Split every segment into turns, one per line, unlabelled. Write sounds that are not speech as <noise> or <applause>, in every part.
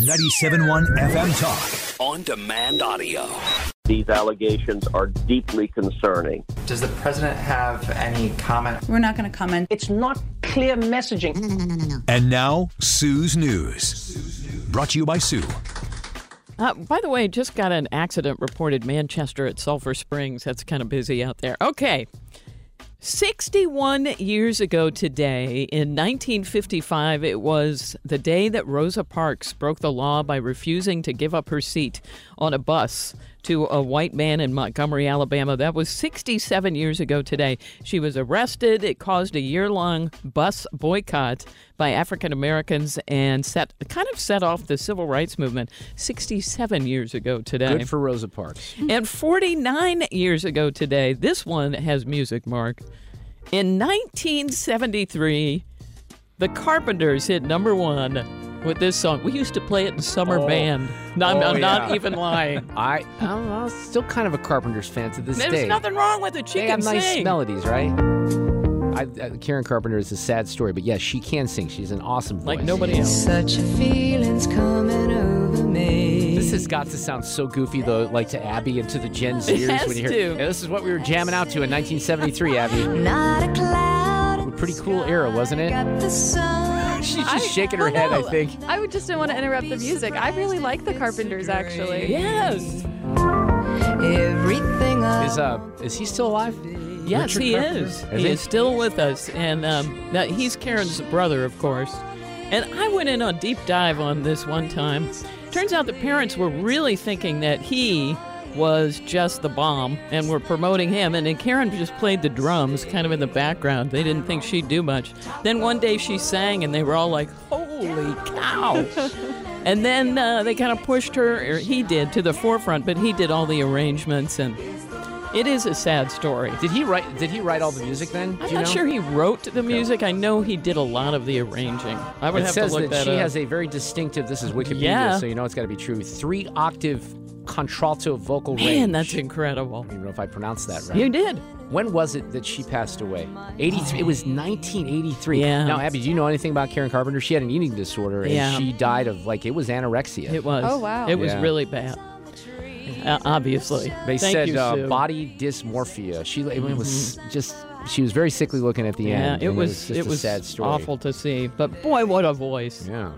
97.1 FM Talk.
On demand audio.
These allegations are deeply concerning.
Does the president have any comment?
We're not going to comment.
It's not clear
Mm,
messaging.
And now, Sue's News. Brought to you by Sue.
Uh, by the way, just got an accident reported Manchester at Sulphur Springs. That's kind of busy out there. Okay. 61 years ago today, in 1955, it was the day that Rosa Parks broke the law by refusing to give up her seat on a bus to a white man in Montgomery, Alabama. That was 67 years ago today. She was arrested. It caused a year long bus boycott by African Americans and set kind of set off the civil rights movement 67 years ago today.
Good for Rosa Parks.
And 49 years ago today, this one has music, Mark. In 1973, the Carpenters hit number one with this song. We used to play it in summer
Oh.
band. No, I'm,
Oh,
I'm not
yeah.
even lying.
<laughs> I, I don't know, I'm still kind of a Carpenters fan to this
There's
day.
nothing wrong with it. She
they
can
have nice
sing.
melodies, right? I, uh, Karen Carpenter is a sad story, but yes, she can sing. She's an awesome voice.
Like nobody else.
Such a feeling's coming over me.
This has got to sound so goofy, though, like to Abby and to the Gen Zers
has
when you hear.
to.
Yeah, this is what we were jamming out to in 1973, Abby.
Not a cloud. in the
Pretty cool era, wasn't
sky.
it?
Got the sun.
<laughs> She's just shaking her head. I think.
I would just don't want to interrupt the music. I really like the Carpenters, actually.
Yes.
Everything I
Is uh, is he still alive?
Yes,
Richard
he
Carpenter?
is.
Is
he
he?
is still with us. And um, now he's Karen's brother, of course. And I went in on a deep dive on this one time. Turns out the parents were really thinking that he was just the bomb and were promoting him. And then Karen just played the drums kind of in the background. They didn't think she'd do much. Then one day she sang, and they were all like, holy cow. and then uh, they kind of pushed her, or he did, to the forefront, but he did all the arrangements. And it is a sad story.
Did he write? Did he write all the music then? Do
I'm
you
not
know?
sure he wrote the music. I know he did a lot of the arranging. I would
it
have
says
to look
that,
that,
she
up.
has a very distinctive. This is Wikipedia,
Yeah.
so you know it's got to be true. Three octave contralto vocal range.
Man, that's incredible.
I don't even know if I pronounced that right.
You did.
When was it that she passed away? 83. It was 1983.
Yeah.
Now, Abby, do you know anything about Karen Carpenter? She had an eating disorder and
Yeah.
she died of like it was anorexia.
It was.
Oh, wow.
It was
Yeah.
really bad. Uh, obviously.
they
Thank
said
you,
uh,
Sue.
body dysmorphia. She it was just she was very sickly looking at the
Yeah,
end.
it
and
was.
just
It
a
was
sad story.
awful to see. But boy, what a voice!
Yeah.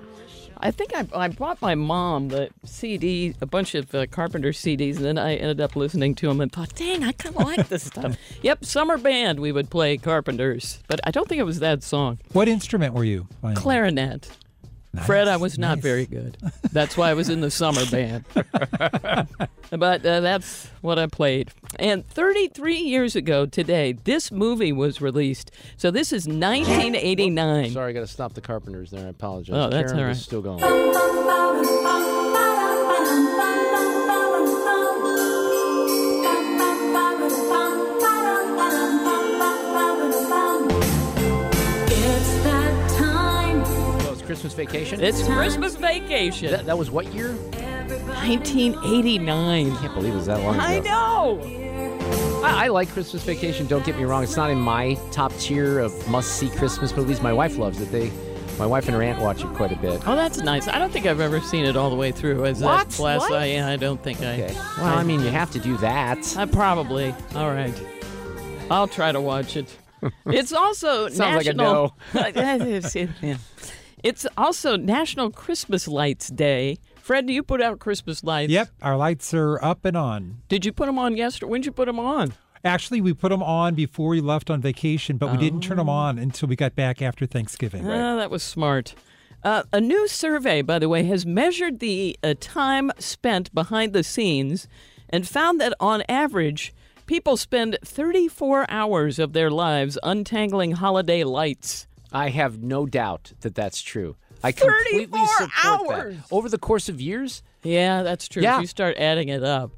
I think I, I bought my mom the CD, a bunch of uh, Carpenter CDs, and then I ended up listening to them and thought, dang, I kind of
<laughs>
like this stuff. Yep, summer band we would play Carpenters, but I don't think it was that song.
What instrument were you? playing?
clarinet. Fred, I
Nice,
was not
nice.
very good. That's why I was in the summer
<laughs>
band. but uh, that's what I played. And 33 years ago today, this movie was released. So this is 1989.
Sorry, I got to stop the Carpenters there. I apologize.
Oh, that's
Karen
all
was
right.
still going.
It's that time.
That was Christmas Vacation.
It's Christmas Vacation.
that, that was what year?
1989.
I can't believe it was that long ago.
I know.
I, I like Christmas Vacation. Don't get me wrong; it's not in my top tier of must-see Christmas movies. My wife loves it. They, my wife and her aunt watch it quite a bit.
Oh, that's nice. I don't think I've ever seen it all the way through. As
What?
A class.
What?
I, yeah, I don't think I.
Okay. Well, I mean, you have to do that.
I probably. All right. I'll <laughs> try to watch it. It's also
Sounds like a
<laughs> national. Like a no. It's also National Christmas Lights Day. Fred, do you put out Christmas lights?
Yep, our lights are up and on.
Did you put them on yesterday? When did you put them on?
Actually, we put them on before we left on vacation, but we didn't
Oh.
turn them on until we got back after Thanksgiving.
Ah, that was smart. Uh, a new survey, by the way, has measured the uh, time spent behind the scenes and found that on average, people spend 34 hours of their lives untangling holiday lights.
I have no doubt that that's true. I completely
34
support
hours!
that. Over the course of years,
Yeah, that's true.
Yeah.
If you start adding it up.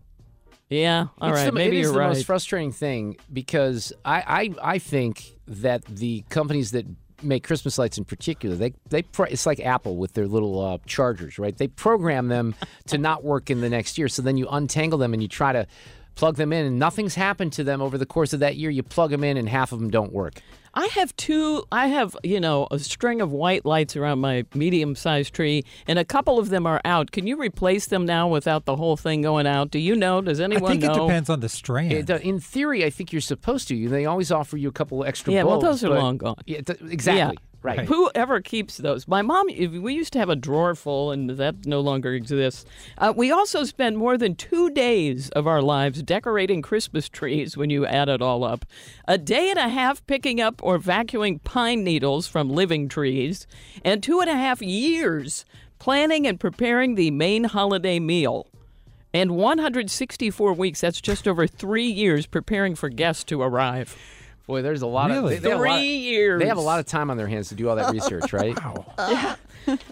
Yeah, all right.
It's the-
Maybe
it is
you're
the
right.
most frustrating thing because I, I I think that the companies that make Christmas lights in particular, they they pro- it's like Apple with their little uh, chargers, right? They
<laughs>
program them to not work in the next year, so then you untangle them and you try to plug them in, and nothing's happened to them over the course of that year. You plug them in, and half of them don't work.
I have two. I have you know a string of white lights around my medium-sized tree, and a couple of them are out. Can you replace them now without the whole thing going out? Do you know? Does
I
anyone
think
know?
it depends on the strand.
It, uh, in theory, I think you're supposed to. They always offer you a couple extra.
Yeah, well,
bulbs,
those are
but-
long gone.
Yeah, th- exactly.
Yeah.
Right.
Whoever keeps those. My mom, if- we used to have a drawer full, and that no longer exists. Uh, we also spend more than two days of our lives decorating Christmas trees when you add it all up. A day and a half picking up or vacuuming pine needles from living trees, and two and a half years planning and preparing the main holiday meal. And 164 weeks, that's just over three years preparing for guests to arrive.
Boy, there's a lot of
Really?
they- they have a lot of-
Three years.
They have a lot of time on their hands to do all that
<laughs>
research, right? wow.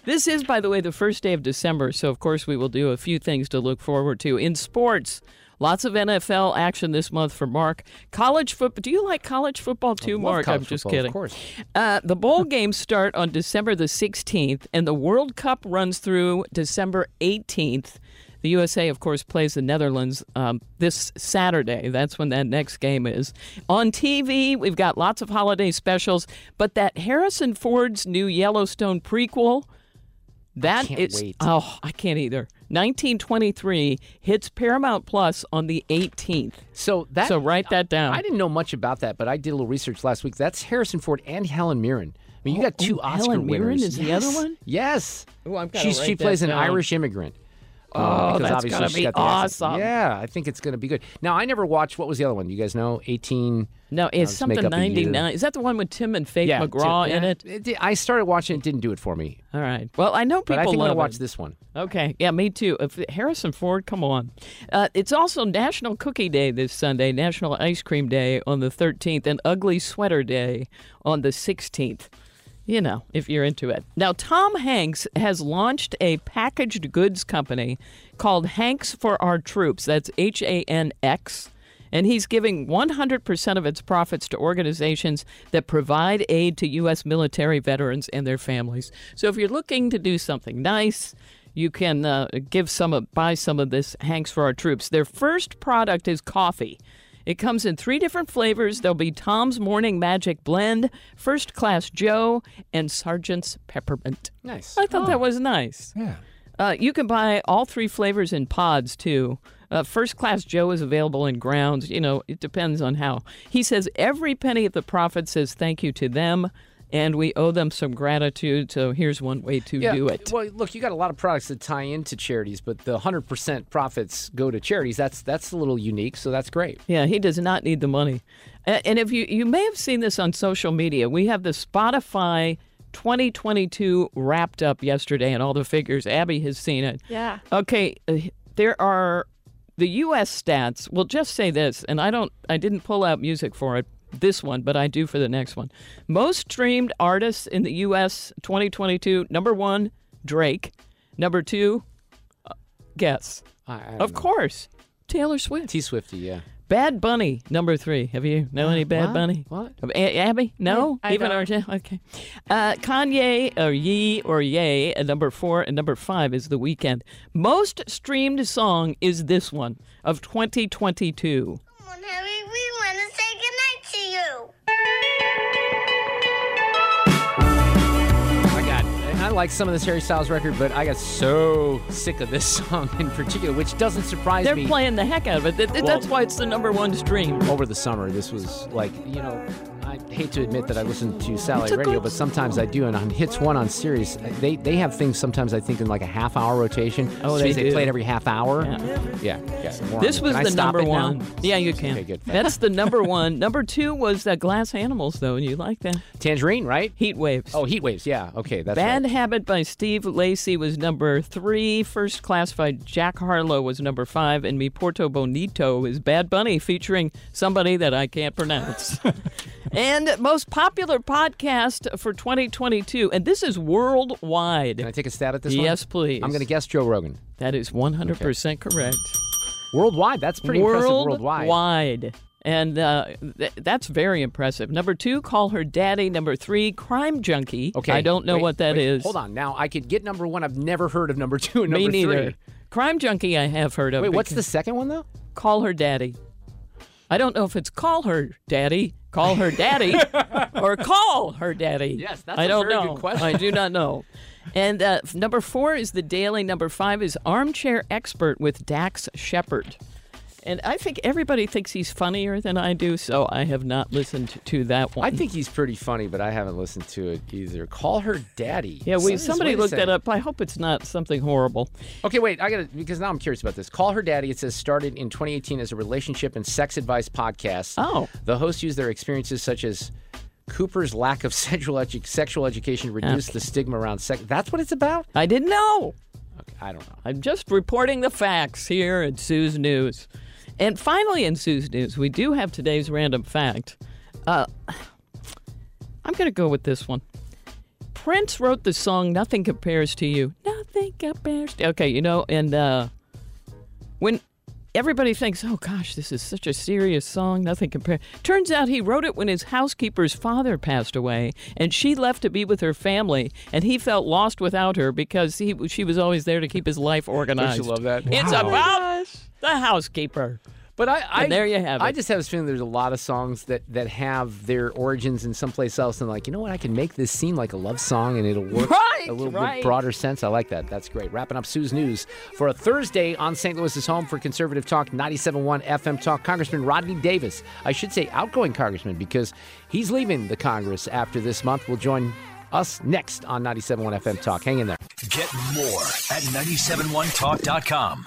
This is, by the way, the first day of December, so of course we will do a few things to look forward to. In sports, lots of NFL action this month for Mark. College football. Do you like college football too,
love
Mark? I'm
college
just
football, of
kidding.
course.
Uh, the bowl games start on December the 16th, and the World Cup runs through December 18th. The USA, of course, plays the Netherlands um, this Saturday. That's when that next game is. On TV, we've got lots of holiday specials, but that Harrison Ford's new Yellowstone prequel. That
can't
it's-
wait.
oh, I can't either. 1923 hits Paramount Plus on the 18th.
So that
So write that down.
I didn't know much about that, but I did a little research last week. That's Harrison Ford and Helen Mirren. I mean, you got two
oh,
Oscar
Helen Mirren
winners.
is the other one?
Yes.
Ooh, oh, I've gotta
She's, she
write that
plays an
down.
Irish immigrant. Oh,
that's gonna be awesome.
Yeah, I think it's going to be good. Now, I never watched what was the other one? You guys know, eighteen.
No,
I'll
it's
just make
something
up a year.
99. Is that the one with Tim and Faith
Yeah,
McGraw
Tim-
in
yeah.
it?
did- I started watching it, didn't do it for me.
All right. Well, I know people
but I think I'm
love
gonna
it.
watch this one.
Okay. Yeah, me too. If Harrison Ford, come on. Uh, it's also National Cookie Day this Sunday, National Ice Cream Day on the 13th, and Ugly Sweater Day on the 16th. You know, if you're into it. Now, Tom Hanks has launched a packaged goods company called Hanks for Our Troops. That's H A N X. And he's giving 100% of its profits to organizations that provide aid to U.S. military veterans and their families. So if you're looking to do something nice, you can uh, give some of, buy some of this Hanks for our troops. Their first product is coffee. It comes in three different flavors. There'll be Tom's Morning Magic Blend, First Class Joe, and Sergeant's Peppermint.
Nice.
I thought that was nice.
yeah.
Uh, you can buy all three flavors in pods too. Uh, First Class Joe is available in grounds. You know, it depends on how. He says every penny of the profit says thank you to them, and we owe them some gratitude. So here's one way to do it.
Well, look, you got a lot of products that tie into charities, but the 100% profits go to charities. That's that's a little unique, so that's great.
Yeah, he does not need the money. A- And if you you may have seen this on social media, we have the Spotify 2022 wrapped up yesterday, and all the figures. Abby has seen it.
Yeah.
Okay, uh, there are the U.S. stats. We'll just say this, and I don't, I didn't pull out music for it this one, but I do for the next one. Most streamed artists in the U.S. 2022. Number one, Drake. Number two, uh, guess.
I, I don't
Of
know.
course, Taylor Swift.
T Swifty, yeah.
Bad Bunny, number three. Have you know any Bad
What?
Bunny?
What?
A- Abby? No?
I- I
Even
don't.
our Okay. Uh, Kanye or Ye or Ye at number four, and number five is The Weekend. Most streamed song is this one of 2022.
Come on, Harry, we want to say goodnight to you.
I got. I like some of this Harry Styles record, but I got so sick of this <laughs> song in particular, which doesn't surprise
They're
me.
playing the heck out of it. Th- th-
Well- Oh,
That's why it's the number one stream.
Over the summer, this was like, you know, I, I hate to admit that I listen to satellite radio, but sometimes I do. And on Hits One on Sirius, they, they have things sometimes I think in like a half hour rotation.
Oh,
Which
they
means
do.
play it every half hour.
Yeah.
yeah. yeah, more
This
on-
was
can I
the
stop
number
it now?
one. Yeah, you can.
Okay, good.
That's
<laughs>
the number one. Number two was uh, Glass Animals, though, and you like that.
Tangerine, right?
Heat Waves.
Oh, Heat Waves. Yeah. Okay. That's
Bad
right.
Habit by Steve Lacey was number three. First Class by Jack Harlow was number five. And Mi Porto Bonito is Bad Bunny featuring somebody that I can't
<laughs>
pronounce. and most popular podcast for 2022. And this is worldwide. Can
I take a stab at this one?
Yes, please.
I'm going to guess Joe Rogan.
That is 100% correct.
Worldwide. That's pretty impressive. Worldwide.
Worldwide. And uh, th- that's very impressive. Number two, call her daddy. Number three, crime junkie.
Okay.
I don't know
wait,
what that
wait,
is.
Hold on. Now I could get number one. I've never heard of number two and
Me
number
neither.
three.
Crime junkie, I have heard of.
Wait, what's the
because-
second one though?
Call her daddy. I don't know if it's call her daddy, call
<laughs>
her daddy, or call her daddy.
Yes, that's
I
a
don't
very good
know.
question.
I do not know. And uh, f- number four is the Daily. Number five is Armchair Expert with Dax Shepard. And I think everybody thinks he's funnier than I do, so I have not listened to that one.
I think he's pretty funny, but I haven't listened to it either. Call her daddy.
Yeah, we,
Something's-
somebody
wait a
looked that
second.
up. I hope it's not something horrible.
Okay, wait. I gotta because now I'm curious about this. Call her daddy. It says started in 2018 as a relationship and sex advice podcast.
Oh.
the hosts use their experiences such as Cooper's lack of <laughs> sexual edu- sexual education to
Uh,
reduce the stigma around sex. That's what it's about.
I didn't know.
I don't know.
I'm just reporting the facts here at Sue's News. And finally, in Sue's News, we do have today's random fact. Uh, I'm going to go with this one. Prince wrote the song Nothing Compares to You. Nothing compares to Okay, you know, and uh, when everybody thinks, oh gosh, this is such a serious song, nothing compares. Turns out he wrote it when his housekeeper's father passed away and she left to be with her family, and he felt lost without her because he, she was always there to keep his life organized.
love that?
It's
Wow.
about the housekeeper.
But I, I
And there you have
I
it.
just have this feeling there's a lot of songs that that have their origins in someplace else, and like you know what, I can make this seem like a love song, and it'll work
Right,
a little
right.
bit broader sense. I like that. That's great. Wrapping up Sue's news for a Thursday on St. Louis's home for conservative talk, 97.1 FM talk. Congressman Rodney Davis, I should say outgoing congressman, because he's leaving the Congress after this month. Will join us next on 97.1 FM talk. Hang in there.
Get more at 971talk.com.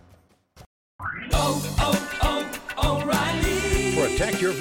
Protect your